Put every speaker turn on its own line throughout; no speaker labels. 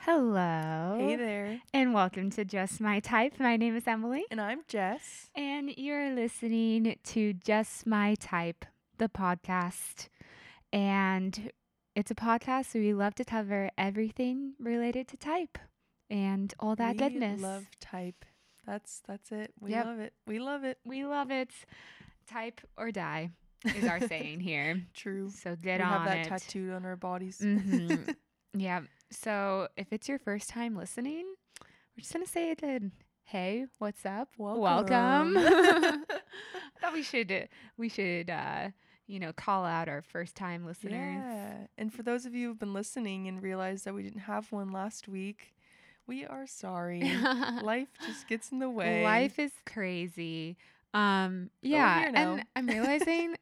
Hello.
Hey there.
And welcome to Just My Type. My name is Emily,
And I'm Jess.
and you're listening to Just My Type, the podcast. And it's a podcast where we love to cover everything related to type and all that
we
goodness.
Love type. That's that's it. We
Yep.
love it. We love it.
we love it. Type or die is our saying here.
True.
So get
we
on
have that
it.
tattooed on our bodies.
Mhm. Yeah. So if it's your first time listening, we're just gonna say that hey, what's up?
Welcome.
I thought we should we should uh, you know call out our first time listeners.
yeah. And for those of you who've been listening and realized that we didn't have one last week, we are sorry. Life just gets in the way.
Life is crazy. Um, yeah,
you know.
and I'm realizing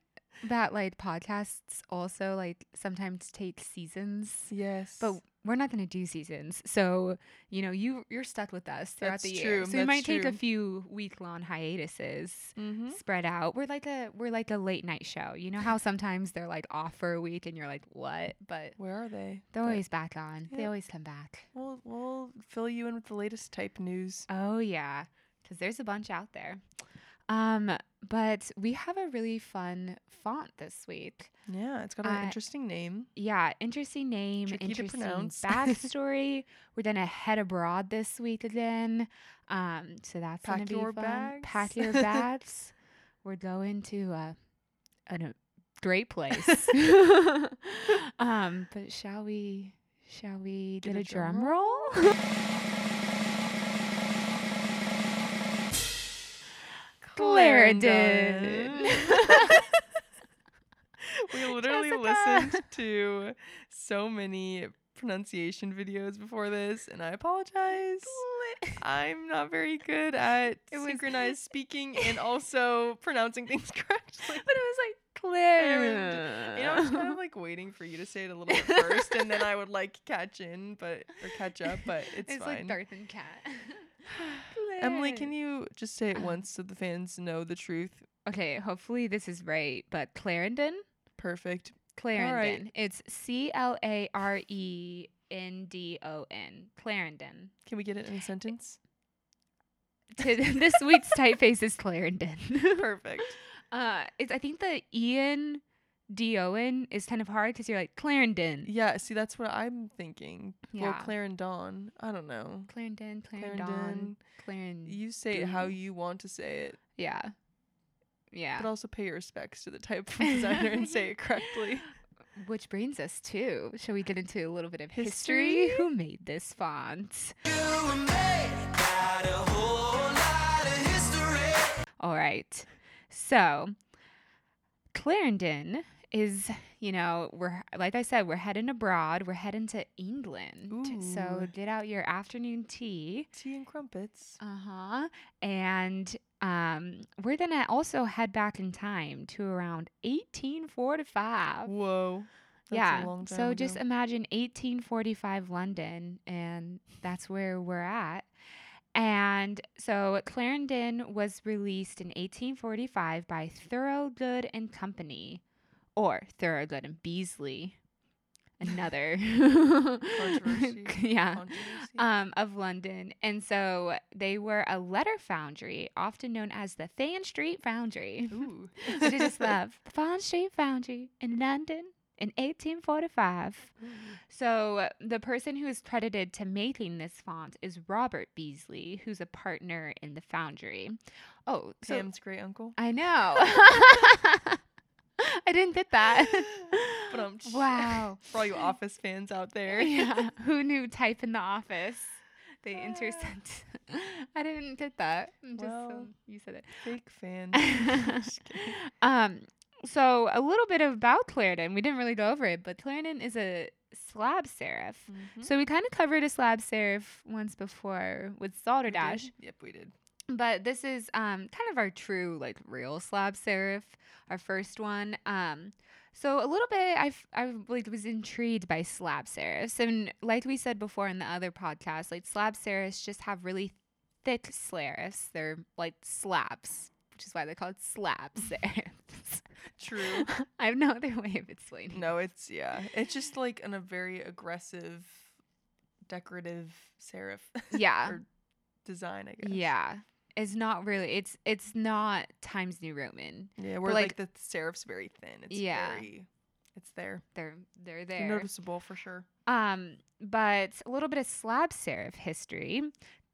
that like podcasts also like sometimes take seasons,
Yes.
but we're not gonna do seasons. So you know you you're stuck with us throughout
That's
the year.
true,
So we
that's
might take a
true.
few week long hiatuses.
hmm
spread out. We're like a we're like a late night show. You know how sometimes they're like off for a week and you're like, what? But
where are they?
they're
But
always back on. They
yeah.
always come back.
We'll we'll fill you in with the latest type news.
Oh yeah, because there's a bunch out there. Um, but we have a really fun font this week.
Yeah, it's got an
Uh,
interesting name.
Yeah, interesting name,
Tricky to
interesting
pronounce.
backstory. We're gonna head abroad this week again. Um, so that's gonna
Pack
be
your
fun.
bags.
Pack your bags. We're going to uh, an, a great place. um, but shall we? Shall we
Do
get
the
a
drum
drum roll? Clarendon.
we literally
Jessica.
listened to so many pronunciation videos before this, and I apologize. I'm not very good at
It was-
synchronized speaking and also pronouncing things correctly.
but it was like clear.
You know, I was kind of like waiting for you to say it a little bit first, and then I would like catch in, but or catch up, but it's,
it's
fine.
like Darth and Cat.
Emily,
Claire.
can you just say it
Um,
once so the fans know the truth?
Okay, hopefully this is right, but Clarendon,
Perfect.
Clarendon. It's C L A R E N D O N. Clarendon.
Can we get it in a sentence?
To this week's typeface is Clarendon.
Perfect.
uh, it's I think the Ian D O N is kind of hard because you're like Clarendon.
Yeah, see, that's what I'm thinking. Well,
Yeah.
Clarendon. I don't know.
Clarendon, Clarendon,
Clarendon.
Clarendon.
You say it how
Dun.
you want to say it,
yeah. Yeah.
but also pay your respects to the type of designer and say it correctly.
Which brings us to, shall we get into a little bit of history?
History?
Who made this font? All right. So, Clarendon is, you know, we're, like I said, we're heading abroad. We're heading to England. So,
Ooh.
get out your afternoon tea.
Tea and crumpets.
Uh
Uh-huh.
huh. And, um, we're gonna also head back in time to around 1845
Whoa. That's
yeah.
A long time
so
ago.
just imagine 1845 London, and that's where we're at. And so Clarendon was released in 1845 by Thoroughgood and Company, or Thoroughgood and Beasley, another
Controversy.
yeah,
Controversy.
um, of London. And so they were a letter foundry, often known as the Fan Street Foundry
Ooh.
which I just love. The Bond Street Foundry in London in 1845.
Mm-hmm.
So the person who is credited to making this font is Robert Beasley, who's a partner in the foundry. Oh, so
Sam's great uncle.
I know. I didn't get that.
But um, sh-
wow.
For all you office fans out there.
Yeah. Who knew type in the office? They
Ah.
intersect. I didn't get that. I'm just
Well,
um, you said it.
Fake fan. Just kidding.
um, so a little bit about Clarendon. We didn't really go over it, but Clarendon is a slab serif.
Mhm.
So we kind of covered a slab serif once before with
We did?
Salderdash,
Yep, we did.
but this is um, kind of our true, like, real slab serif, our first one. Um, so a little bit, I f- I like was intrigued by slab serifs, and like we said before in the other podcast, like slab serifs just have really thick serifs. They're like slabs, which is why they're called slab serifs.
True.
I have no other way of explaining.
No, it's yeah. It's just like in a very aggressive decorative serif
Yeah.
or design, I guess.
yeah. It's not really it's it's not Times New Roman.
Yeah, where
like-
like, the serif's very thin. It's
Yeah.
very it's there.
They're they're
It's
there.
Noticeable for sure.
Um, but a little bit of slab serif history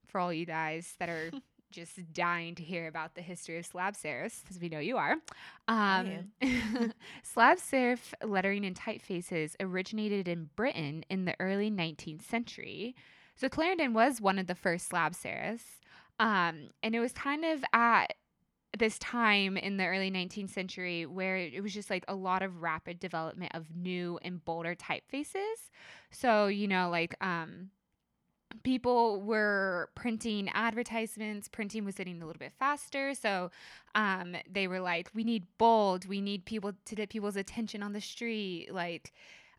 for all you guys that are just dying to hear about the history of slab serifs, because we know you are. Um,
I
slab serif lettering and typefaces originated in Britain in the early 19th century. So Clarendon was one of the first slab serifs. Um, and it was kind of at this time in the early 19th century where it was just like a lot of rapid development of new and bolder typefaces. So, you know, like um people were printing advertisements, printing was getting a little bit faster. So, um they were like we need bold, we need people to get people's attention on the street like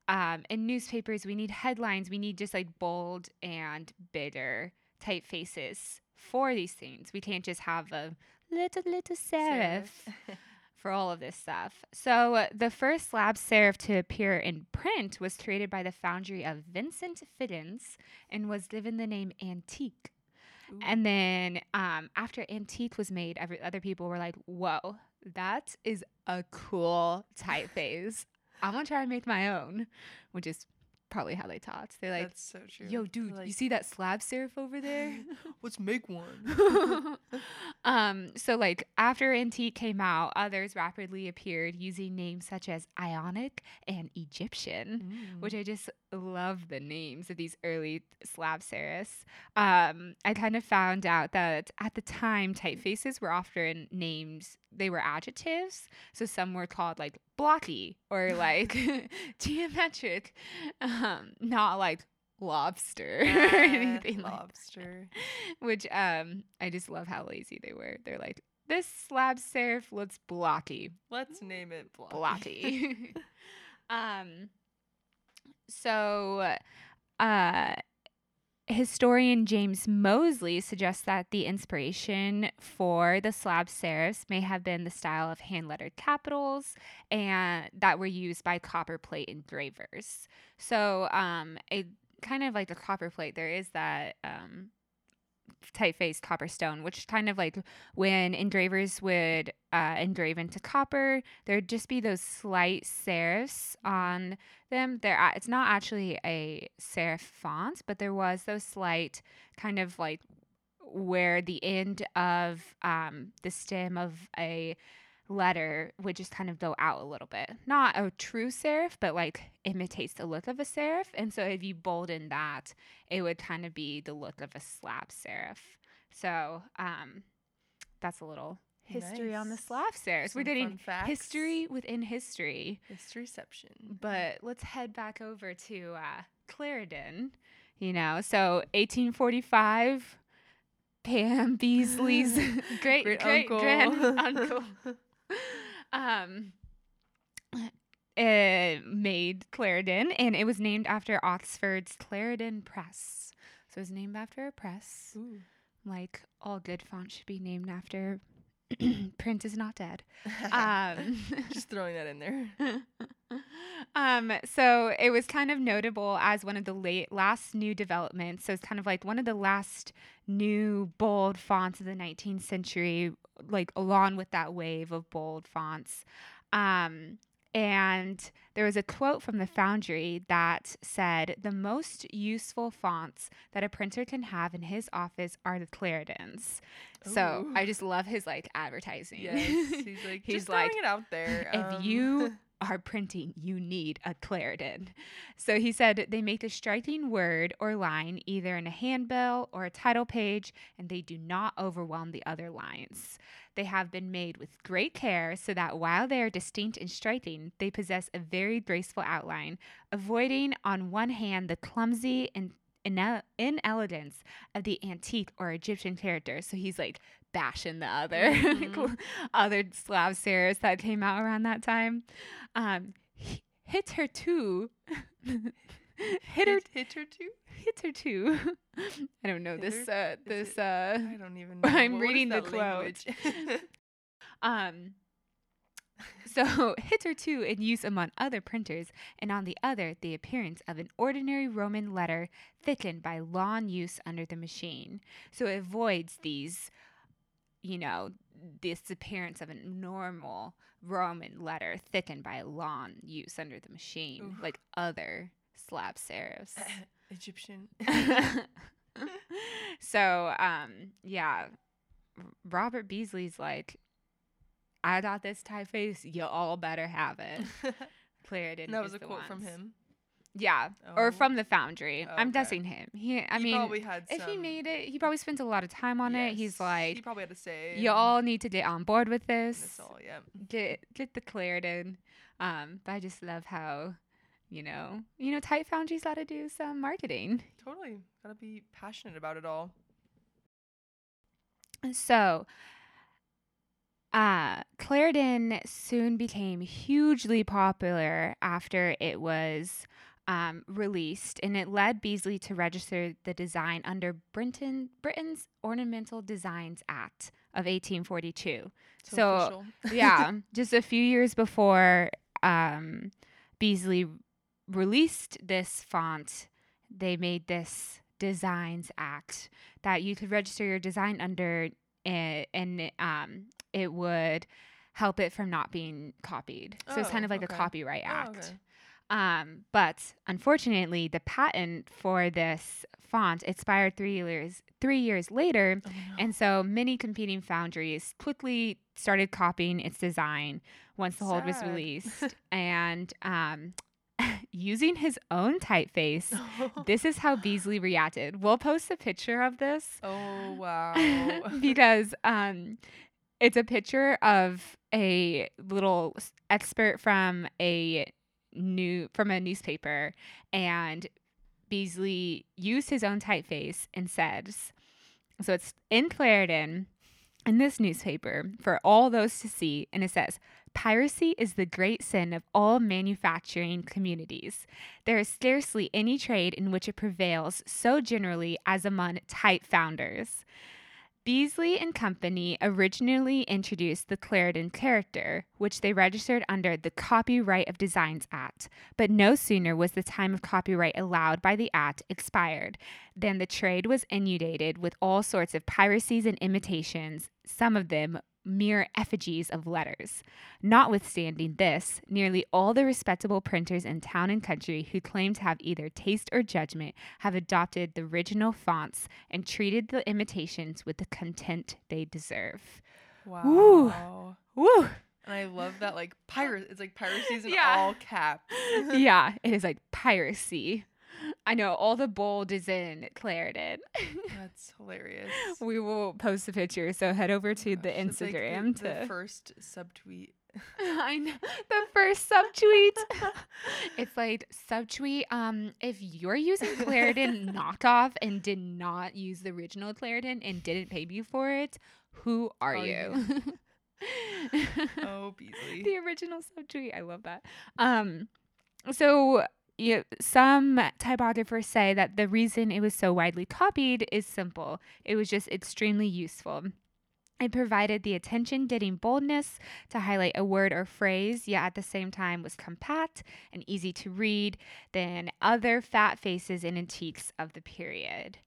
um in newspapers we need headlines, we need just like bold and bigger typefaces for these things. We can't just have a little little serif for all of this stuff. So uh, the first slab serif to appear in print was created by the foundry of Vincent Fiddens and was given the name Antique.
Ooh.
And then um, after Antique was made, every, other people were like, "Whoa, that is a cool typeface. I'm gonna try and make my own," which is probably how they talked. They're like,
That's so true.
"Yo, dude,
Like,
you see that slab serif over there?" Mm.
Let's make one.
um, so like after antique came out, others rapidly appeared using names such as Ionic and Egyptian,
Mm.
which I just love the names of these early Slav serifs. Um, I kind of found out that at the time typefaces were often named they were adjectives, so some were called like blocky or like geometric, um, not like lobster or
Yeah,
anything like
lobster.
which um I just love how lazy they were. They're like, this slab serif looks blocky,
Let's name it blocky.
blocky. um, so, uh, historian James Mosley suggests that the inspiration for the slab serifs may have been the style of hand lettered capitals and that were used by copper plate engravers. So, um, it kind of like the copper plate, there is that, um, typeface copper stone which kind of like when engravers would uh, engrave into copper there'd just be those slight serifs on them. There, a- it's not actually a serif font, but there was those slight kind of like where the end of um, the stem of a letter would just kind of go out a little bit. Not a true serif, but like imitates the look of a serif. And so if you bolden that, it would kind of be the look of a slab serif. So um, that's a little history on the
Nice.
Slav serifs. We're
Some
getting
fun facts.
history within history.
Historyception.
But let's head back over to uh, Clarendon. You know, so 1845, Pam Beasley's great great
Great-uncle.
grand uncle um, it made Clarendon, and it was named after Oxford's Clarendon Press. So it was named after a press
Ooh.
like all good fonts should be named after print is not dead um,
Just throwing that in there.
um so it was kind of notable as one of the late last new developments so it's kind of like one of the last new bold fonts of the 19th century like along with that wave of bold fonts um and there was a quote from the foundry that said the most useful fonts that a printer can have in his office are the Clarendons. So
Ooh.
I just love his like advertising.
Yes. He's like,
He's
just throwing
like,
it out there.
if
um,
you are printing, you need a Clarendon. So he said they make a striking word or line either in a handbill or a title page, and they do not overwhelm the other lines. They have been made with great care so that while they are distinct and striking, they possess a very graceful outline, avoiding on one hand the clumsy and ine- inelegance of the antique or Egyptian character. So he's like bashing the other
Mhm.
other Slav serifs that came out around that time. Um, "Hi- hit her too. hit her
hit, hit her too.
hit her too. I don't know this uh
Is it-
this uh
I don't even know.
I'm
What- what is
reading the
that language?
um So hitherto in use among other printers, and on the other the appearance of an ordinary Roman letter thickened by long use under the machine. So it avoids these, you know, this appearance of a normal Roman letter thickened by long use under the machine,
Oof.
like other slab serifs.
Egyptian.
so um yeah R- robert beasley's like i got this typeface you all better have it clear it in
that was a quote from him.
yeah or
Oh.
from the foundry
Oh,
i'm
okay.
guessing him he i
He
mean
probably had
if he
some-
made it he probably spends a lot of time on it
yes,
he's
he
like
probably had a say.
you
in
all need to get on board with
this
this
all, yeah.
get get the Claritin. Um, but I just love how, you know, you know, Type Foundry's got to do some marketing.
Totally. Gotta be passionate about it all.
So, uh, Claritin soon became hugely popular after it was um, released, and it led Beasley to register the design under Britain, Britain's Ornamental Designs Act of 1842.
It's
So,
official.
yeah, just a few years before um, Beasley released this font, they made this Designs Act that you could register your design under, and, and it, um, it would help it from not being copied. So it's kind
Oh,
of like
okay.
a copyright
Oh,
act.
okay.
Um, but unfortunately, the patent for this font expired three years three years later,
Oh, no.
and so many competing foundries quickly started copying its design once the hold was
Sad.
released. and um, using his own typeface,
Oh,
this is how Beasley reacted. We'll post a picture of this
oh wow.
because um, it's a picture of a little s- expert from a new from a newspaper, and Beasley used his own typeface and says, "So it's in Clarendon." In this newspaper, for all those to see, and it says, Piracy is the great sin of all manufacturing communities. There is scarcely any trade in which it prevails so generally as among type founders. Beasley and Company originally introduced the Clarendon character, which they registered under the Copyright of Designs Act, but no sooner was the time of copyright allowed by the act expired than the trade was inundated with all sorts of piracies and imitations, some of them mere effigies of letters. Notwithstanding this, nearly all the respectable printers in town and country who claim to have either taste or judgment have adopted the original fonts and treated the imitations with the contempt they deserve.
wow.
Ooh. Woo!
And I love that like pirate it's like piracies in
Yeah.
all caps.
yeah, it is like piracy. I know all the bold is in Claritin.
That's hilarious.
we will post a picture, so head over to the
Gosh, that's, like,
Instagram
the, the
to.
first subtweet.
I know the first subtweet. it's like subtweet. Um, if you're using Claritin knockoff and did not use the original Claritin and didn't pay me for it, who are,
Are
you?
Oh Beasley.
the original subtweet. I love that. Um, so you, some typographers say that the reason it was so widely copied is simple. It was just extremely useful. It provided the attention getting boldness to highlight a word or phrase, yet at the same time was compact and easy to read than other fat faces and antiques of the period.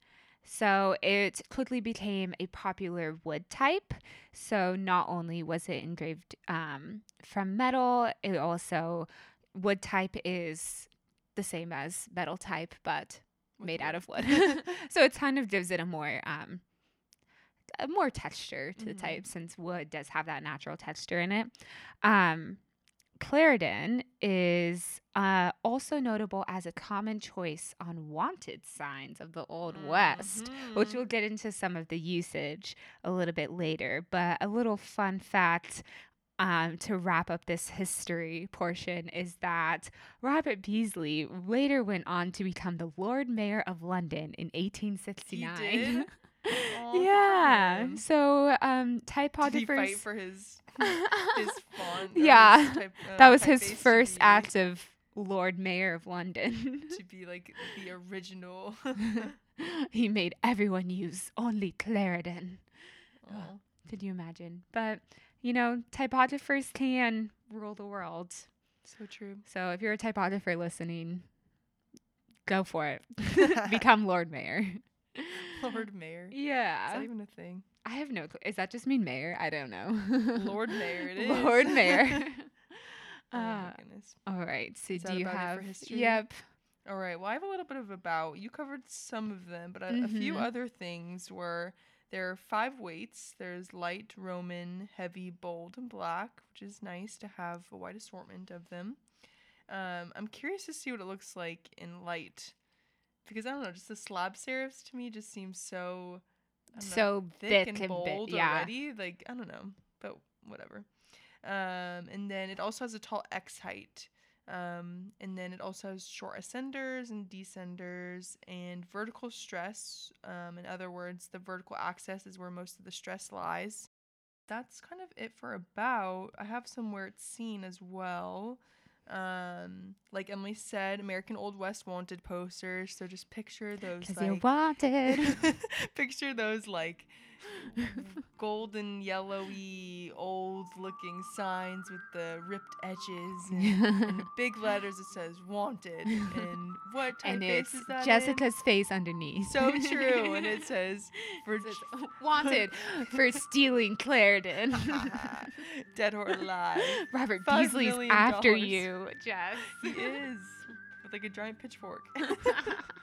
So it quickly became a popular wood type. So not only was it engraved um, from metal, it also, wood type is the same as metal type, but
With
made out of wood.
wood.
so it kind of gives it a more um a more texture to the
Mhm.
type since wood does have that natural texture in it. Um Claritin is uh, also notable as a common choice on wanted signs of the Old
Mm-hmm.
West, which
Mhm.
we'll get into some of the usage a little bit later. But a little fun fact um, to wrap up this history portion is that Robert Beasley later went on to become the Lord Mayor of London in 1869.
did? Aw, good for
yeah.
him.
So, um, typographers.
Did he fight for his his uh, font? or
Yeah,
his type, uh,
that was his
typeface to
first
be-
act of Lord Mayor of London.
to be like the original.
he made everyone use only Claritin.
Aw.
Could you imagine? But you know, typographers can rule the world.
So true.
So if you're a typographer listening, go for it. Become Lord Mayor.
Lord Mayor. Is
Yeah.
that even a thing?
I have no clue. Is that just mean mayor? I don't know.
Lord Mayor it is.
Lord Mayor.
oh
uh,
my goodness.
all right. So
Is that
do you
about it for
have
history?
Yep.
All right. Well, I have a little bit of about. You covered some of them, but a, a few
Mhm.
other things were there are five weights. There's light, Roman, heavy, bold, and black, which is nice to have a wide assortment of them. Um, I'm curious to see what it looks like in light, because I don't know. Just the slab serifs to me just seems so I don't know,
So
thick, and,
bold,
bold
yeah.
already. Like I don't know, but whatever. Um, and then it also has a tall X height. Um, and then it also has short ascenders and descenders and vertical stress. Um, in other words, the vertical axis is where most of the stress lies. That's kind of it for about. I have some where it's seen as well. Um, like Emily said, American Old West wanted posters. So just picture those.
Because
like,
you wanted.
Picture those like golden yellowy old looking signs with the ripped edges and, and big letters it says wanted and what typeface
and it's
is that in?
Jessica's face underneath.
so true and it says for
It says, wanted for stealing Clarendon. "Ah,
dead or alive
Robert
Five
Beasley's
million
after
dollars.
you, Jess.
he is with like a giant pitchfork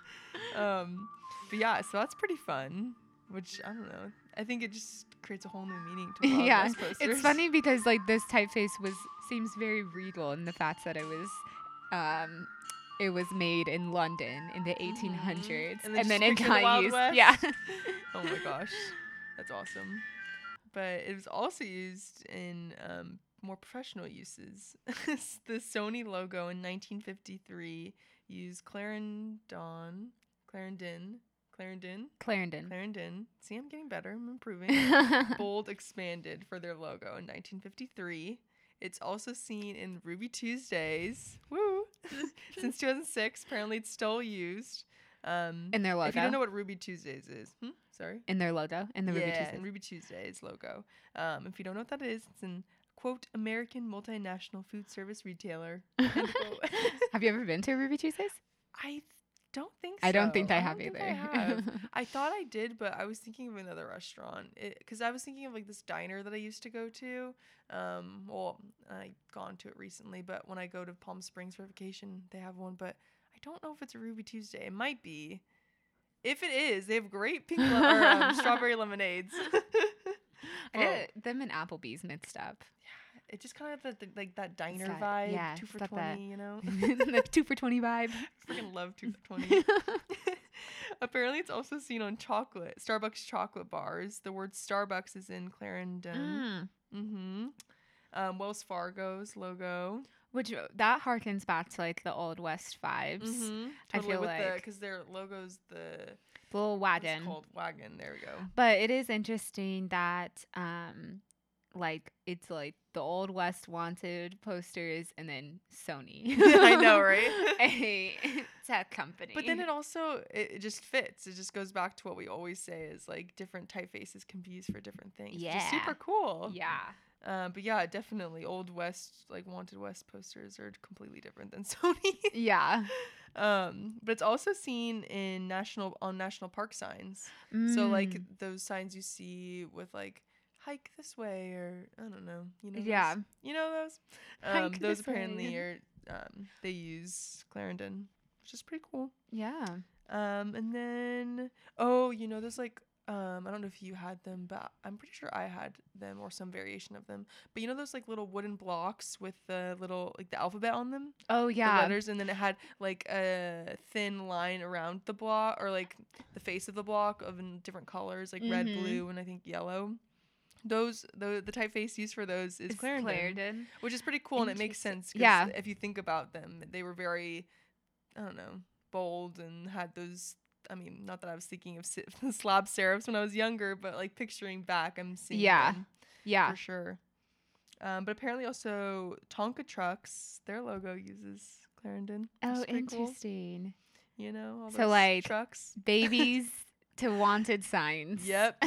um but yeah so that's pretty fun which i don't know i think it just creates a whole new meaning to a lot of
yeah,
those posters.
it's funny because like this typeface was seems very regal in the fact that it was, um, it was made in London in the 1800s,
Mm-hmm. And then just
it
picture the Wild
got used.
West.
Yeah,
oh my gosh, that's awesome. But it was also used in um, more professional uses. the Sony logo in 1953 used Clarendon, Clarendon, Clarendon,
Clarendon.
Clarendon. See, I'm getting better. I'm improving.
Bold
Bold expanded for their logo in 1953. It's also seen in Ruby Tuesdays. Woo! Since 2006, apparently it's still used. Um,
in their logo.
if you don't know what Ruby Tuesdays is, hmm? sorry.
in their logo, in the
yeah,
Ruby
in
Tuesdays.
Ruby Tuesdays logo. Um, if you don't know what that is, it's an quote American multinational food service retailer. end quote.
Have you ever been to a Ruby Tuesdays?
I th- don't think.
I don't think
so.
I have
think
either.
I, have. I thought I did, but I was thinking of another restaurant because I was thinking of like this diner that I used to go to. Um, well, I gone to it recently, but when I go to Palm Springs for vacation, they have one. But I don't know if it's a Ruby Tuesday. It might be. If it is, they have great pink le- or, um, strawberry lemonades.
I
Well,
get them and Applebee's mixed up.
It just kind of had that like that diner
that-
vibe,
yeah,
two
it's
for
got that-
twenty, you know.
the two for Um, twenty vibe.
Freaking love two for twenty. Apparently, it's also seen on chocolate, Starbucks chocolate bars. The word Starbucks is in Clarendon.
Mm.
Mm-hmm. Um, Wells Fargo's logo.
Which uh, that harkens back to like the old west vibes.
Mm-hmm.
I feel like-
because their logo's the
The little
what's it
wagon.
called wagon. There we go.
But it is interesting that um like it's like the old west wanted posters and then Sony.
I know, right?
A tech company.
But then it also it, it just fits. It just goes back to what we always say is like different typefaces can be used for different things. which is
Yeah.
super cool.
Yeah.
Uh, but yeah, definitely old west like wanted west posters are completely different than Sony.
Yeah.
um but it's also seen in national on national park signs so like
Mm.
those signs you see with like hike this way or i don't know you know
Yeah.
those? you know those um
Hike
those
this way.
apparently are um they use clarendon which is pretty cool
Yeah.
um and then oh you know there's like um i don't know if you had them but i'm pretty sure i had them or some variation of them but you know those like little wooden blocks with the little like the alphabet on them
Oh
the
yeah.
letters and then it had like a thin line around the block or like the face of the block of in different colors like red
Mhm.
blue and i think yellow those the, the typeface used for those is
It's
clarendon,
Clarendon.
which is pretty cool and it makes sense 'cause
Yeah.
if you think about them they were very i don't know bold and had those I mean, not that I was thinking of si- slab serifs when I was younger, but like picturing back, I'm seeing
Yeah.
them
Yeah.
for sure. Um, but apparently, also Tonka trucks, their logo uses Clarendon. which
Oh,
is pretty cool.
interesting.
You know, all
So,
those
like,
trucks.
Babies to wanted signs.
Yep.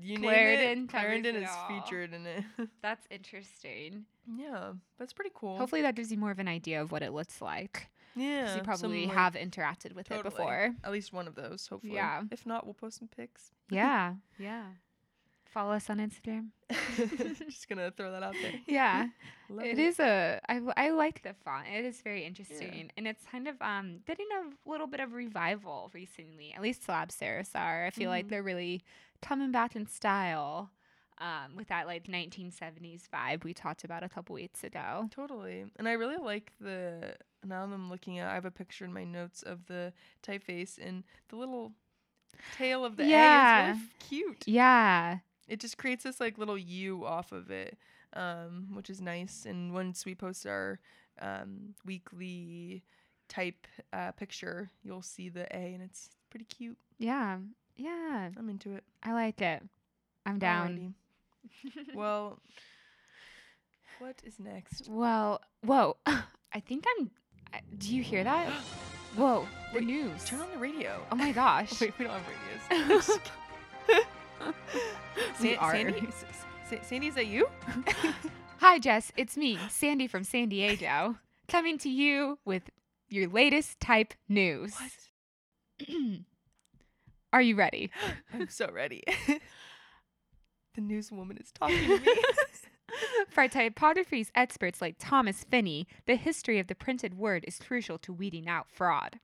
You name
Clarendon
it.
covers
Clarendon
it
is
all.
featured in it.
That's interesting.
yeah, that's pretty cool.
Hopefully, that gives you more of an idea of what it looks like. 'cause
yeah,
you probably
some, like,
have interacted with it
totally.
before.
at least one of those. Hopefully,
Yeah.
If not, we'll post some pics.
Yeah. Yeah. Follow us on Instagram.
Just gonna throw that out there.
Yeah.
Love
it is a I, w- I like the font. It is very interesting, and it's kind of um getting a little bit of revival recently. At least Slab Serifs are. I feel like
Mhm.
they're really coming back in style, um, with that like 1970s vibe we talked about a couple weeks ago.
Totally. And I really like the now that I'm looking at I have a picture in my notes of the typeface and the little tail of the A
Yeah.
is really f- cute.
Yeah,
It just creates this like little U off of it. Um, which is nice. And once we post our um, weekly type uh, picture, you'll see the A and it's pretty cute.
yeah, yeah.
I'm into it.
I like it. I'm down.
Alrighty. well what is next?
well, whoa. I think I'm. I, do you hear that? Whoa, the
Wait,
news.
Turn on the radio.
Oh my gosh.
Wait, we don't have radios. Just
We
Sa-
are.
Sandy, S- S- Sandy, is that you?
Hi, Jess. It's me, Sandy from San Diego, coming to you with your latest type news. Are you ready?
I'm so ready. the newswoman is talking to me.
For typography's experts like Thomas Finney, the history of the printed word is crucial to weeding out fraud.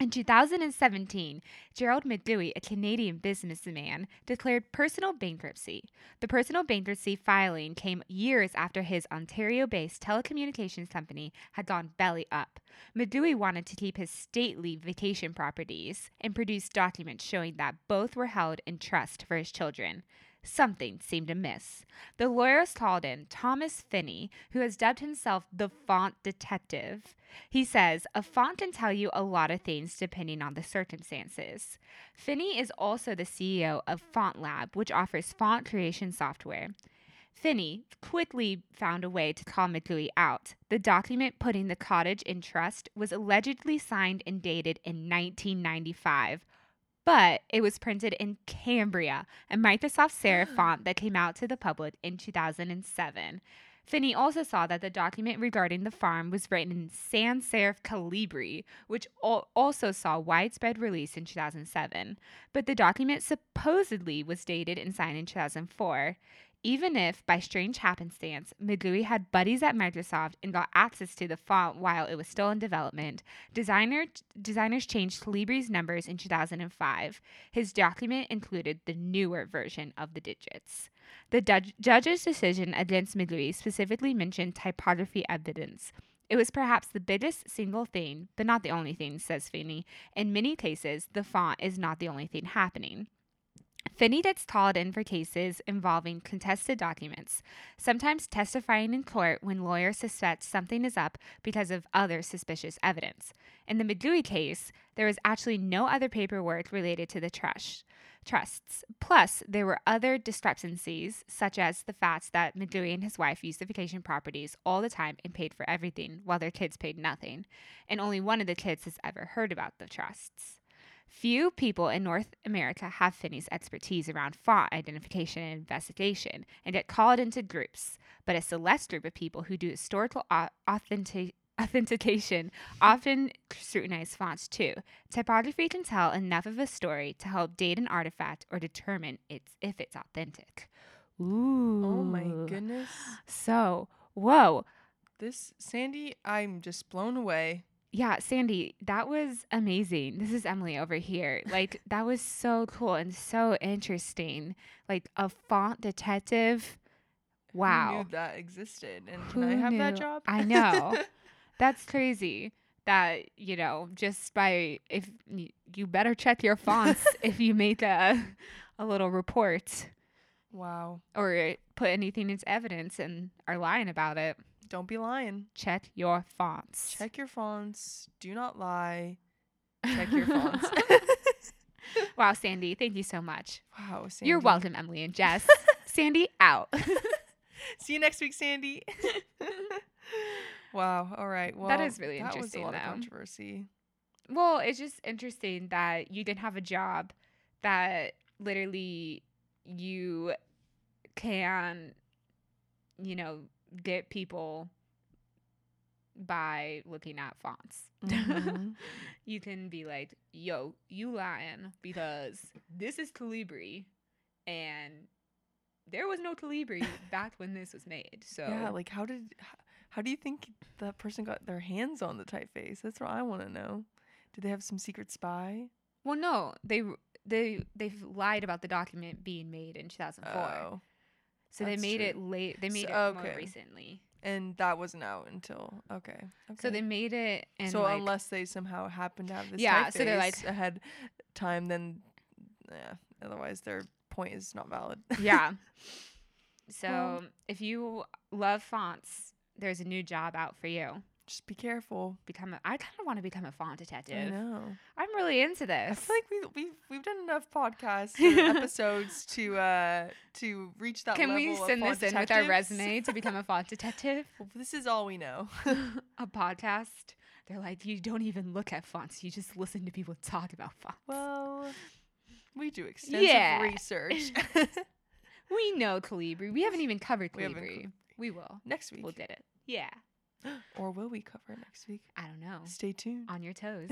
In 2017, Gerald McDewey, a Canadian businessman, declared personal bankruptcy. The personal bankruptcy filing came years after his Ontario based telecommunications company had gone belly up. Medui wanted to keep his stately vacation properties and produced documents showing that both were held in trust for his children. Something seemed amiss. The lawyers called in Thomas Finney, who has dubbed himself the font detective. He says, A font can tell you a lot of things depending on the circumstances. Finney is also the CEO of Font Lab, which offers font creation software. Finney quickly found a way to call McGooey out. The document putting the cottage in trust was allegedly signed and dated in 1995, but it was printed in Cambria, a Microsoft Serif font that came out to the public in 2007. Finney also saw that the document regarding the farm was written in sans serif Calibri, which al- also saw widespread release in 2007. But the document supposedly was dated and signed in 2004 even if by strange happenstance Megui had buddies at Microsoft and got access to the font while it was still in development, designer designers changed Calibri's numbers in 2005. His document included the newer version of the digits. The dudge- judge's decision against Megui specifically mentioned typography evidence. It was perhaps the biggest single thing, but not the only thing, says Feeney. In many cases, the font is not the only thing happening. Finney gets called in for cases involving contested documents, sometimes testifying in court when lawyers suspect something is up because of other suspicious evidence. In the Medui case, there was actually no other paperwork related to the trust, trusts. Plus, there were other discrepancies, such as the facts that Medui and his wife used the vacation properties all the time and paid for everything, while their kids paid nothing, and only one of the kids has ever heard about the trusts. Few people in North America have Finney's expertise around font identification and investigation and get called into groups, but a select group of people who do historical au- authentic- authentication often scrutinize fonts too. Typography can tell enough of a story to help date an artifact or determine it's, if it's authentic. Ooh.
Oh my goodness.
So, whoa.
This Sandy, I'm just blown away.
Yeah, Sandy, that was amazing. This is Emily over here. Like, that was so cool and so interesting. Like, a font detective.
Who
Wow.
knew that existed? And can I
Who
have that
knew?
job?
I know. That's crazy. That, you know, just by if y- you better check your fonts if you make a, a little report
wow.
or put anything into evidence and are lying about it.
Don't be lying.
Check your fonts.
Check your fonts. Do not lie. Check your fonts.
wow, Sandy, thank you so much.
wow, Sandy.
You're welcome, Emily and Jess. Sandy out.
See you next week, Sandy. wow. All right. Well,
is really
that was a
interesting,
lot of
though.
controversy.
well, it's just interesting that you didn't have a job that literally you can, you know, get people by looking at fonts.
Mhm.
you can be like, yo, you lying because this is Calibri and there was no Calibri back when this was made. So
Yeah, like how did h- how do you think that person got their hands on the typeface? That's what I want to know. Did they have some secret spy?
Well, no, they r- they they've lied about the document being made in 2004.
Oh,
so they
that's
made
true.
it late. They made
So-
it
okay.
more recently.
and that wasn't out until okay. okay.
So they made it and
so
like,
unless they somehow happen to have this
Yeah,
yeah,
so they're like-
ahead time, then yeah. Otherwise, their point is not valid.
yeah. So
Well.
if you love fonts, there's a new job out for you.
Just be careful.
Become a, I kind of want to become a font
I
detective.
know.
I'm really into this.
I feel like we we've we've done enough podcasts and episodes to uh to reach that.
can we
level of
send
font
this in with our
detectives.
resume to become a font detective?
Well, This is all we know.
a podcast. They're like, you don't even look at fonts. You just listen to people talk about fonts.
Well, we do extensive
Yeah.
research.
We know Calibri. We haven't even covered
We haven't
Calibri. We, will.
next week,
We'll get it. Yeah.
or will we cover it next week?
I don't know.
Stay tuned.
On your toes.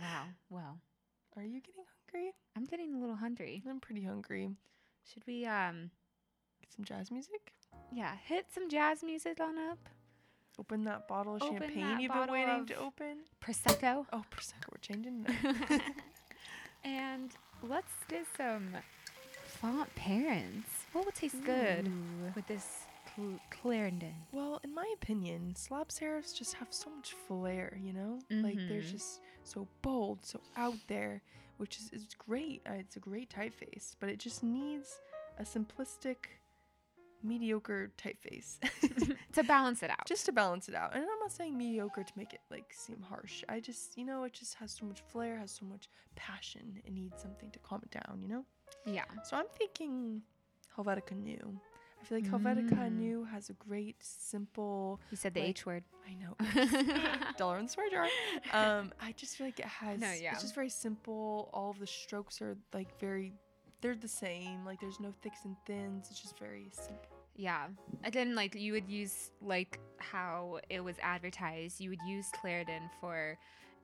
wow. Well,
Are you getting hungry?
I'm getting a little hungry.
I'm pretty hungry.
Should we um
Get some jazz music.
yeah, hit some jazz music on up?
Open that bottle of
Open
champagne
that
you've been
bottle
waiting
of-
to open.
Prosecco.
Oh, Prosecco, we're changing that.
and let's do some font parents. What would taste good
Ooh.
with this cl- Clarendon?
Well, in my opinion, slab serifs just have so much flair, you know? Like they're
Mhm.
just so bold, so out there, which is, is great. Uh, It's a great typeface, but it just needs a simplistic, mediocre typeface
to balance it out.
just to balance it out. And I'm not saying mediocre to make it like seem harsh. I just, you know, it just has so much flair, has so much passion. It needs something to calm it down, you know?
yeah.
So I'm thinking Helvetica New. I feel like Helvetica
Mm.
New has a great, simple.
You said the
Like-
H word.
I know. Dollar in the swear jar. Um, I just feel like it has.
No, yeah.
It's just very simple. All of the strokes are like very. They're the same. Like there's no thicks and thins. It's just very simple.
Yeah. And then, like, you would use, like, how it was advertised, you would use Clarendon for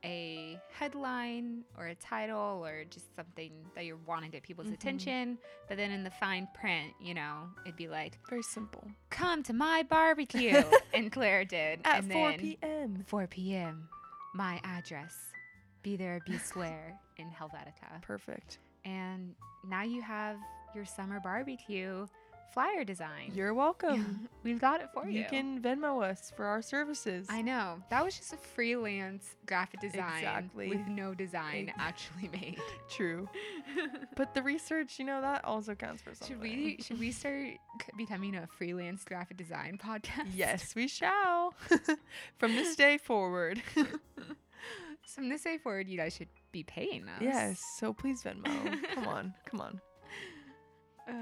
a headline or a title or just something that you want to get people's
Mhm.
attention. But then in the fine print, you know, it'd be like,
Very simple.
come to my barbecue in Clarendon.
At
and
4
then
p.m.
4 p.m., my address, be there, be square in Helvetica.
Perfect.
And now you have your summer barbecue flyer design.
You're welcome.
We've got it for you.
you can Venmo us for our services.
I know. That was just a freelance graphic design
Exactly.
with no design
Ex-
actually made.
True. But the research, you know, that also counts for something.
should we should we start c- becoming a freelance graphic design podcast?
Yes, we shall. From this day forward.
So from this day forward, you guys should be paying us.
yes. So please Venmo. come on. Come on.
Uh,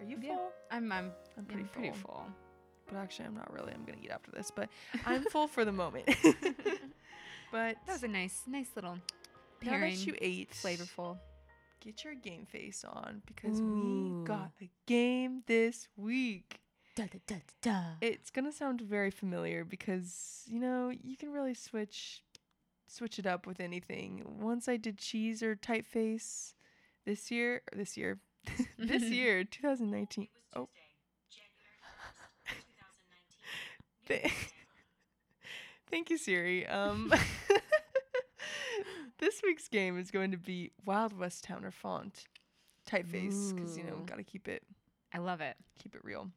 Are you
Yeah. I'm I'm
I'm
pretty,
pretty,
I'm pretty
full.
full.
But actually, I'm not really. I'm gonna eat after this. But I'm full for the moment. but
That was a nice nice little
now
pairing,
that you ate,
flavorful.
Get your game face on because
Ooh.
we got a game this week.
Da, da, da, da.
It's gonna sound very familiar because you know you can really switch, switch it up with anything. Once I did cheese or typeface this year. This year. this year, 2019. Oh. Th- Thank you, Siri. Um, this week's game is going to be Wild West Towner font typeface because you know
Ooh.
gotta keep it
I love it.
keep it real.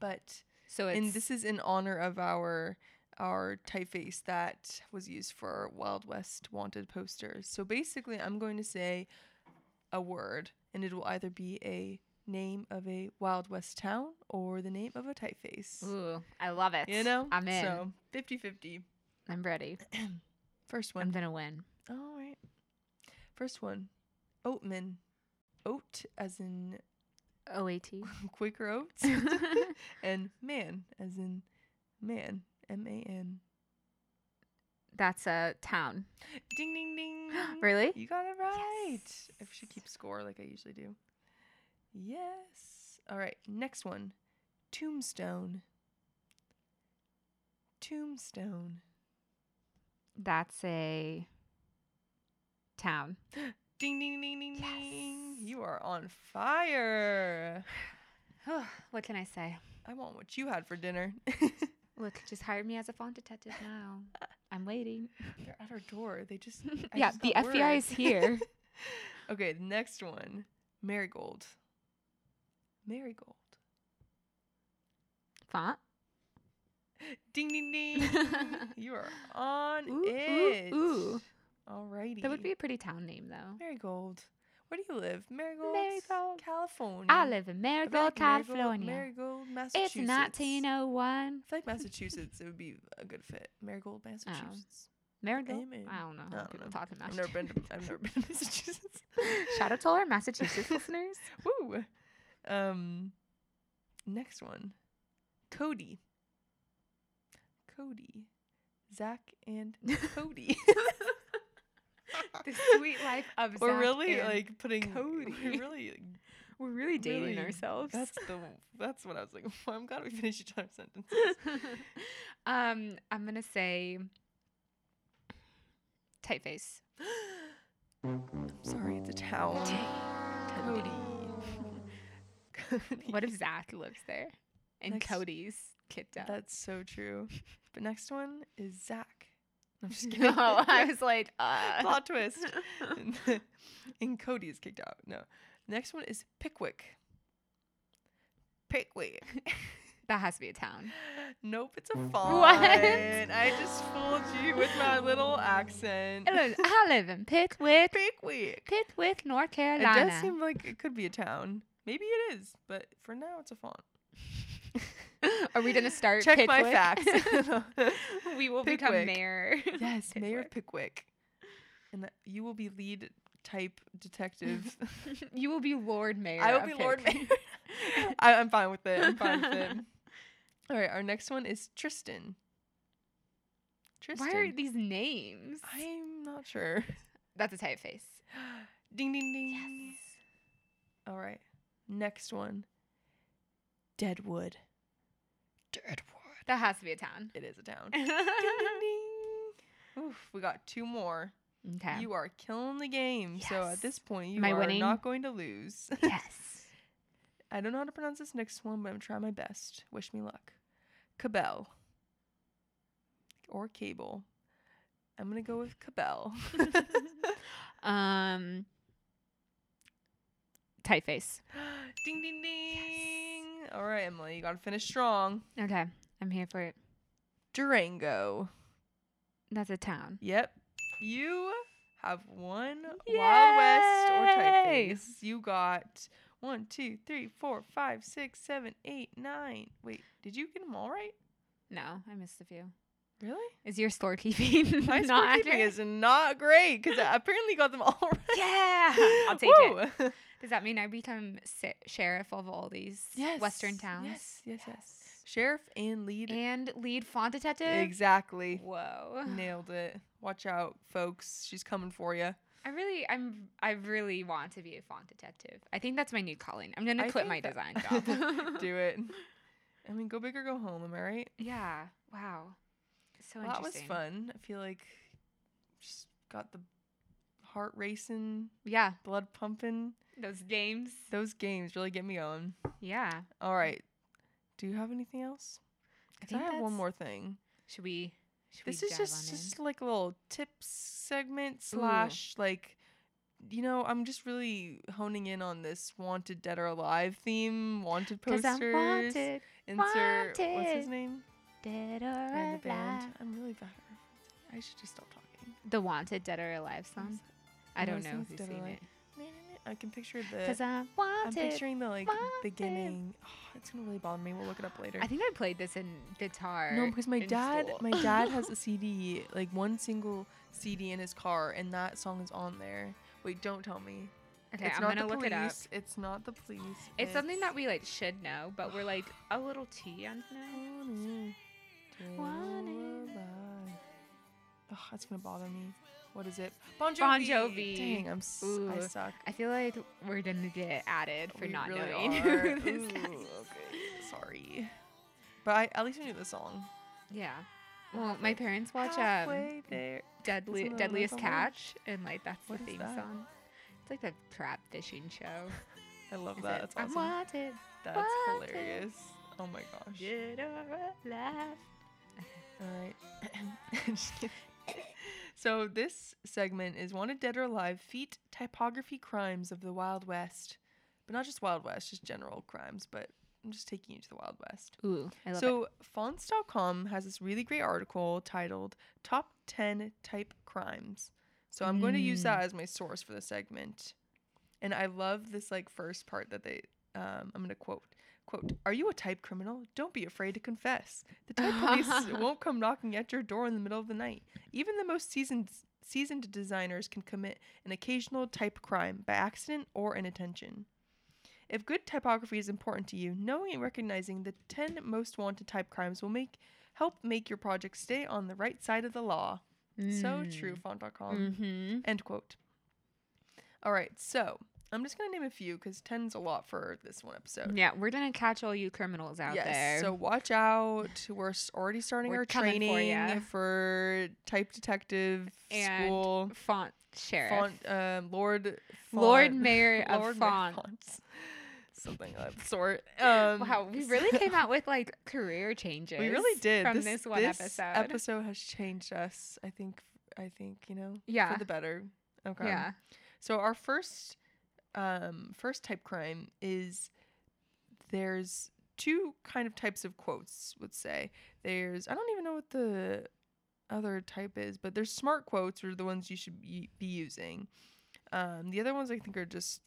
But
So it's
and this is in honor of our our typeface that was used for our Wild West wanted posters. So basically, I'm going to say a word, and it will either be a name of a Wild West town or the name of a typeface.
ooh, I love it.
You know?
I'm in.
So 50 50.
I'm ready.
First
I'm
one.
gonna win.
All right. First one Oatman. Oat as in
OAT.
Quaker oats, and man as in man. M A N.
That's a town.
Ding ding ding.
Really?
You got it right. I should keep score like I usually do. Yes. All right. Next one. Tombstone. Tombstone.
That's a town.
Ding ding ding ding
Yes.
ding. You are on fire.
what can I say?
I want what you had for dinner.
Look, just hire me as a font detective now. I'm waiting.
They're at our door. They just I
yeah,
just
the
got
FBI
word.
is here.
Okay, the next one. Marigold. Marigold.
font.
Ding ding ding. you are on
Ooh, ooh,
it.
ooh.
Alrighty.
That would be a pretty town name, though.
Marigold. Where do you live? Marigold.
Marigold.
California.
I live in
I feel
Marigold,
like Marigold-
California.
Marigold,
it's
Massachusetts.
1901.
I feel like Massachusetts. it would be a good fit. Marigold,
Oh.
Massachusetts.
Marigold?
Amen.
I don't know.
I
how
don't
people
know.
talk in
I've never been. To,
Massachusetts.
I've never been to Massachusetts.
Shout out to all our Massachusetts listeners.
Woo. Um, next one, Cody. Cody, Zach and Cody.
The sweet life of
We're
Zac
really
and-
like putting
Cody.
We're really
we're really dating
really-
ourselves.
That's the. That's what I was like. I'm glad we finished each other's sentences.
um, I'm gonna say typeface.
I'm sorry, it's a towel. Cody. Cody.
What if Zach lives there and
Next-
Cody's kicked out?
That's so true. The next one is Zach. I'm just kidding.
No, I was like, uh.
plot twist. and, and Cody is kicked out. No. Next one is Pickwick. Pickwick.
that has to be a town.
nope, it's a font. I just fooled you with my little accent.
I live, I live in Pittwick,
Pickwick.
Pittwick, North
It
Carolina.
does seem like it could be a town. Maybe it is, but for now it's a font.
Are we gonna start?
Check my
Pittwick?
facts.
we will
Pickwick.
become mayor.
yes, Mayor
Pickwick.
Pickwick. And th- you will be lead type detective.
you will be Lord Mayor.
I
of
will be Lord
Pitt.
Mayor. I, I'm fine with it. I'm fine with it. All right, our next one is Tristan. Tristan.
Why are these names?
I'm not sure.
That's a typeface.
ding ding ding. All right. Next one. Deadwood. Deadwood.
That has to be a town.
It is a town. ding ding ding. Oof, we got two more.
okay.
You are killing the game. So at
Yes.
this point, you
Am I
are
winning?
not going to lose.
yes.
I don't know how to pronounce this next one, but I'm trying my best. Wish me luck. Cabell. Or cable. I'm gonna go with Cabell.
Um. Typeface.
ding ding ding. All right, Emily, you gotta finish strong.
Okay, I'm here for it.
Durango.
That's a town.
Yep. You have one Wild West or
Yay!
typeface. You got one, two, three, four, five, six, seven, eight, nine. Wait, did you get them all right?
No, I missed a few.
Really?
Is your storekeeping
My
not
not
accurate?
is not great because I apparently got them all right.
Yeah, I'll take it.
Woo.
Does that mean I become si- sheriff of all these
Yes.
western towns?
Yes, yes, yes. Sheriff and lead.
And lead font detective.
Exactly.
Whoa.
Nailed it. Watch out, folks. She's coming for you.
I really, I'm, I really want to be a font detective. I think that's my new calling. I'm gonna
I
quit my
think
design
that-
job.
Do it. I mean, go big or go home. Am I right?
Yeah. Wow. So
Well, that was
interesting.
fun. I feel like just got the heart racing,
Yeah.
blood pumping.
Those games.
Those games really get me going.
Yeah.
All right. Do you have anything else? 'Cause I,
think
have one
that's-
more thing.
Should we? Should
This
we
is
dive
just
on in?
just like a little tips segment slash like you know, I'm just really honing in on this wanted dead or alive theme, wanted
'Cause
posters.
I'm wanted,
insert what's his
wanted.
name?
dead or
In the
alive.
band. I'm really bad. at referencing. I should just stop talking.
The wanted dead or alive
What
song.
is it?
I
No,
don't
it's
know
not
if you've
Dead or
seen
Alive.
it.
I can picture
Cause
the
I'm
I'm
wanted.
picturing the like
wanted.
beginning. Oh, it's gonna really bother me. We'll look it up later.
I think I played this in guitar.
No, because my
in
dad,
school.
my dad has a CD, like one single CD in his car, and that song is on there. Wait, don't tell me.
okay, I'm gonna look
police.
it up.
It's not the police.
It's something that we like should know, but we're like a little too young to know.
Wanted, dead or
Wanted.
alive. Ugh, that's gonna bother me. What is it? Bon Jovi.
Bon Jovi.
Dang, I'm s- I
Ooh.
suck.
I feel like we're gonna get added for
We
not
really
knowing
are.
who this
Ooh,
is.
okay, sorry. But I at least I knew the song.
Yeah.
We're
Well, my
halfway-
parents watch um,
Halfway there.
Deadly,
Isn't that another
Deadliest
one?
Catch, and like that's
What
the
is
theme
that?
song. It's like the trap fishing show.
I love
Is
that.
it,
That's
I'm
awesome.
wanted.
That's
wanted.
hilarious. Oh my gosh.
Good or alive.
All right. Just kidding. so this segment is wanted dead or alive feat typography crimes of the Wild West, but not just Wild West, just general crimes. But I'm just taking you to the Wild West.
Ooh, I love it.
So fonts.com has this really great article titled "Top 10 Type Crimes." So I'm going to use
Mm.
that as my source for the segment. And I love this like first part that they um, I'm going to quote quote Are you a type criminal? Don't be afraid to confess. The type police won't come knocking at your door in the middle of the night. Even the most seasoned seasoned designers can commit an occasional type crime by accident or inattention. If good typography is important to you, knowing and recognizing the 10 most wanted type crimes will make help make your project stay on the right side of the law. So
Mm.
true, font.com.
Mm-hmm.
End quote. All right, so I'm just going to name a few because 10's a lot for this one episode.
Yeah, we're gonna catch all you criminals out
yes,
there.
so watch out. We're s- already starting
We're
our
coming
training
for
for,
ya.
type detective
And
school.
font sheriff,
Font, um, Lord,
Lord
Font-
Mayor of
Lord Mayor
Font.
Fonts. Something of that sort. Um,
wow, we really came out with like career changes.
We really did
from this, one episode.
Episode has changed us. I think. I think you know.
Yeah.
For the better. Okay.
Yeah.
So our first, um, first type crime is there's two kind of types of quotes. Would say there's I don't even know what the other type is, but there's smart quotes are the ones you should be, be using. Um, the other ones I think are just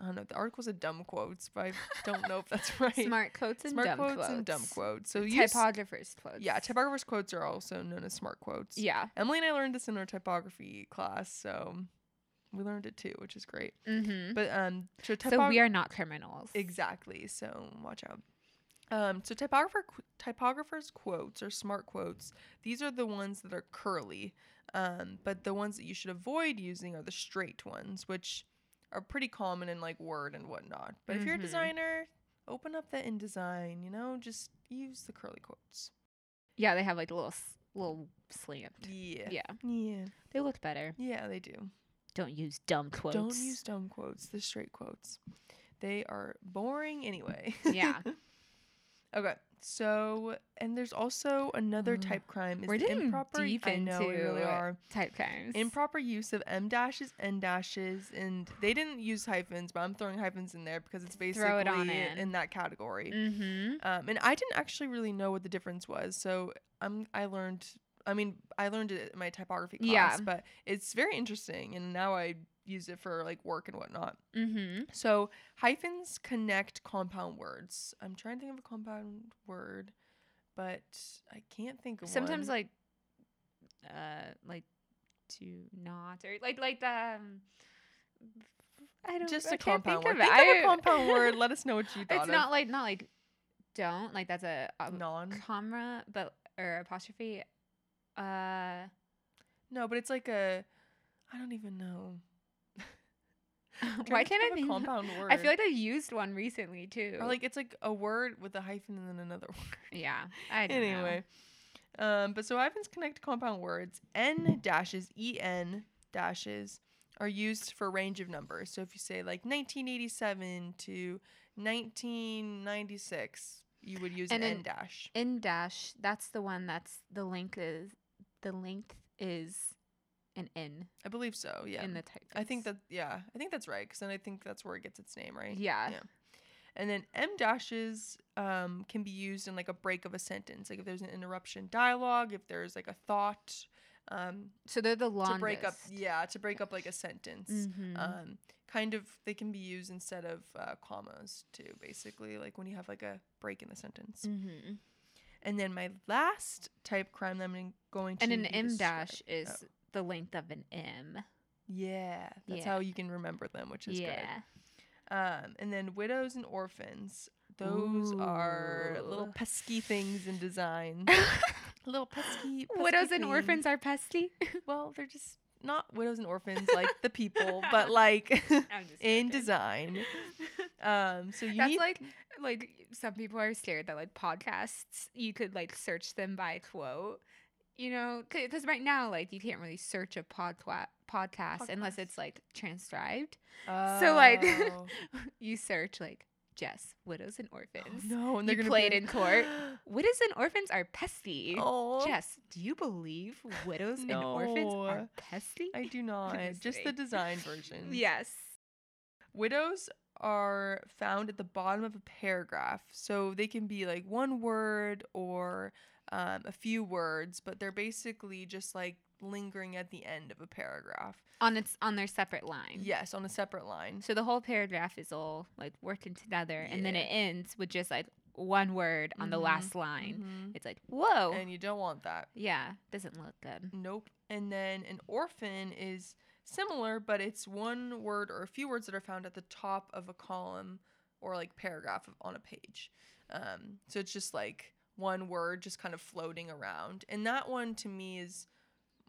I don't know. The article's are dumb quotes, but I don't know if that's right.
Smart quotes and
Smart
dumb
quotes,
quotes
and dumb quotes. So use-
Typographers' quotes.
yeah, typographer's quotes are also known as smart quotes.
Yeah.
Emily and I learned this in our typography class, so we learned it too, which is great.
Mm-hmm.
But um, so, typog-
So we are not criminals.
exactly. So watch out. Um, so typographer qu- typographers' quotes or smart quotes. These are the ones that are curly, um, but the ones that you should avoid using are the straight ones, which are pretty common in like Word and whatnot. But if you're a
Mhm.
designer, open up that InDesign. You know, just use the curly quotes.
Yeah, they have like a little s- little slant.
Yeah.
Yeah,
Yeah.
they look better.
Yeah, they do.
Don't use dumb quotes.
Don't use dumb quotes, the straight quotes. They are boring anyway.
Yeah.
okay. So, and there's also another
Ugh.
type crime is
Mm. We're
the
getting
improper
deep
I know we really
into
are.
type crimes.
Improper use of M dashes, N dashes, and they didn't use hyphens, but I'm throwing hyphens in there because it's basically
Throw it on in.
in that category.
mm-hmm.
Um, and I didn't actually really know what the difference was, so I'm I learned. I mean, I learned it in my typography class,
Yeah.
but it's very interesting, and now I use it for like work and whatnot.
Mm-hmm.
So hyphens connect compound words. I'm trying to think of a compound word, but I can't think of
Sometimes
one.
like, uh, like to not or like like the. Um, I don't.
just
I
a
can't
compound
think
word.
Of it.
Think
I,
of a compound word. Let us know what you thought
it's
of.
not like not like don't like that's a, a
non.
comma but or apostrophe. Uh,
No, but it's like a. I don't even know. I'm trying
why
to
can't I
think
think?
of a
of-
compound word?
I feel like I used one recently too.
or like it's like a word with a hyphen and then another word.
yeah. I don't know.
anyway um but so hyphens connect compound words n dashes en dashes are used for range of numbers so if you say like 1987 to 1996 you would use
And
an
an-
n dash
In dash, that's the one that's the length is the length is an N
i believe so yeah
in the type.
i think that yeah i think that's right because then i think that's where it gets its name right
Yeah.
yeah. and then m dashes um, can be used in like a break of a sentence like if there's an interruption dialogue if there's like a thought um,
So they're the longest.
to break up yeah to break up like a sentence
Mhm.
um kind of they can be used instead of uh, commas too basically like when you have like a break in the sentence
Mhm.
and then my last type crime that i'm gonna- going to
And an M
describe-
dash is
E oh.
the length of an M.
yeah that's
Yeah.
how you can remember them which is
Yeah.
good um and then widows and orphans those are little
Ooh.
pesky things in design A little pesky. pesky
Widows and
queen.
orphans are pesky.
Well, they're just not widows and orphans like the people, but like
I'm just
in
joking.
design. Um, so you
That's
need
like like some people are scared that like podcasts you could like search them by quote, you know, because right now like you can't really search a pod podcast unless
Podcast.
it's like transcribed. so, like,
Oh.
You search like Jess widows and
Oh,
orphans.
no, and they're
You
gonna be
played
like,
in court. Widows and orphans are pesky.
Oh,
Jess, do you believe widows and orphans are
No.
pesky?
I do not.
just
Just the
kidding.
design version.
yes.
Widows are found at the bottom of a paragraph, so they can be like one word or um, a few words, but they're basically just like lingering at the end of a paragraph.
On its on their separate line.
Yes, on a separate line.
So the whole paragraph is all like working together, and then
Yeah.
it ends with just like one word on the
Mhm,
last line.
Mhm.
It's like, whoa,
And Mm-hmm. you don't want that.
yeah, doesn't look good.
Nope. And then an orphan is similar, but it's one word or a few words that are found at the top of a column or like paragraph of- on a page. Um, so it's just like one word just kind of floating around. And that one to me is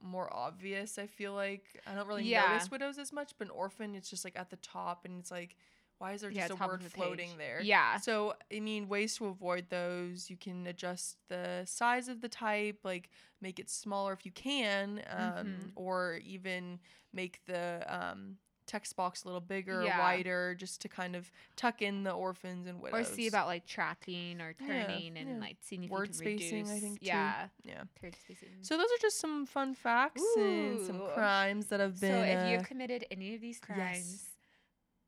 more obvious, I feel like. I don't really
Yeah.
notice widows as much, but an orphan it's just like at the top and it's like why is there
yeah,
just a
top
word
of the
floating
page.
there?
Yeah,
So, I mean, ways to avoid those, you can adjust the size of the type, like make it smaller if you can, um,
Mhm.
or even make the um, text box a little bigger or
Yeah.
wider just to kind of tuck in the orphans and
or
widows.
see about like tracking or
Yeah,
turning and
yeah.
like seeing if you
Word
can
spacing, I
reduce.
think, too.
Yeah,
Yeah.
word spacing. So,
So, those are just some fun facts and some
Ooh.
crimes that have been.
if you
uh,
committed any of these crimes.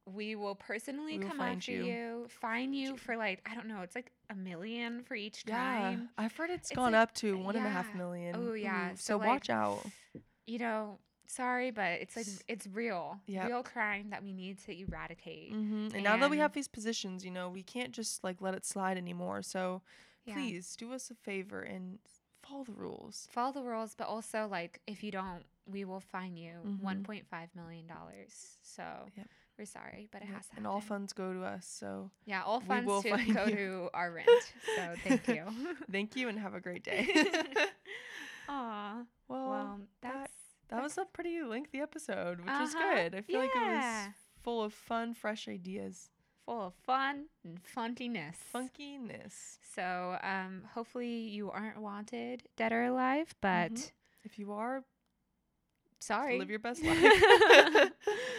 We will personally
We will
come
find
after
you.
you, fine you
you.
for like I don't know, it's like a million for each
yeah,
crime.
I've heard it's
It's
gone
like-
up to one and a half
yeah.
million.
Oh, yeah,
Ooh, Mm-hmm. So,
so, like,
watch out.
you know, sorry, but it's like
S-
it's real,
Yep.
real crime that we need to eradicate.
hmm And now that we have
and-
these positions, you know, we can't just like let it slide anymore. So
Yeah.
please do us a favor and follow the rules.
follow the rules, but also like if you don't, we will fine you
Mhm.
1.5 million dollars. So
Yep.
we're sorry, but it has to happen.
And all funds go to us. So
yeah, all
we
funds
will
to
fine
go
you.
to our rent. So thank you.
thank you and have a great day.
Aw,
well,
well, that's
that was a pretty lengthy episode, which was
Uh-huh.
good. I feel like it
Yeah.
was full of fun, fresh ideas,
full of fun and funkiness.
funkiness.
So um, hopefully you aren't wanted, dead or alive, but
Mhm. If you are,
sorry.
live your best life.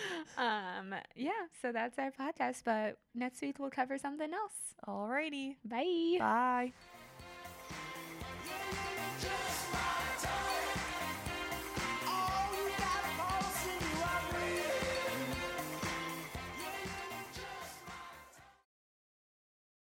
um, yeah, so that's our podcast. But next week we'll cover something else.
Alrighty.
Bye.
Bye.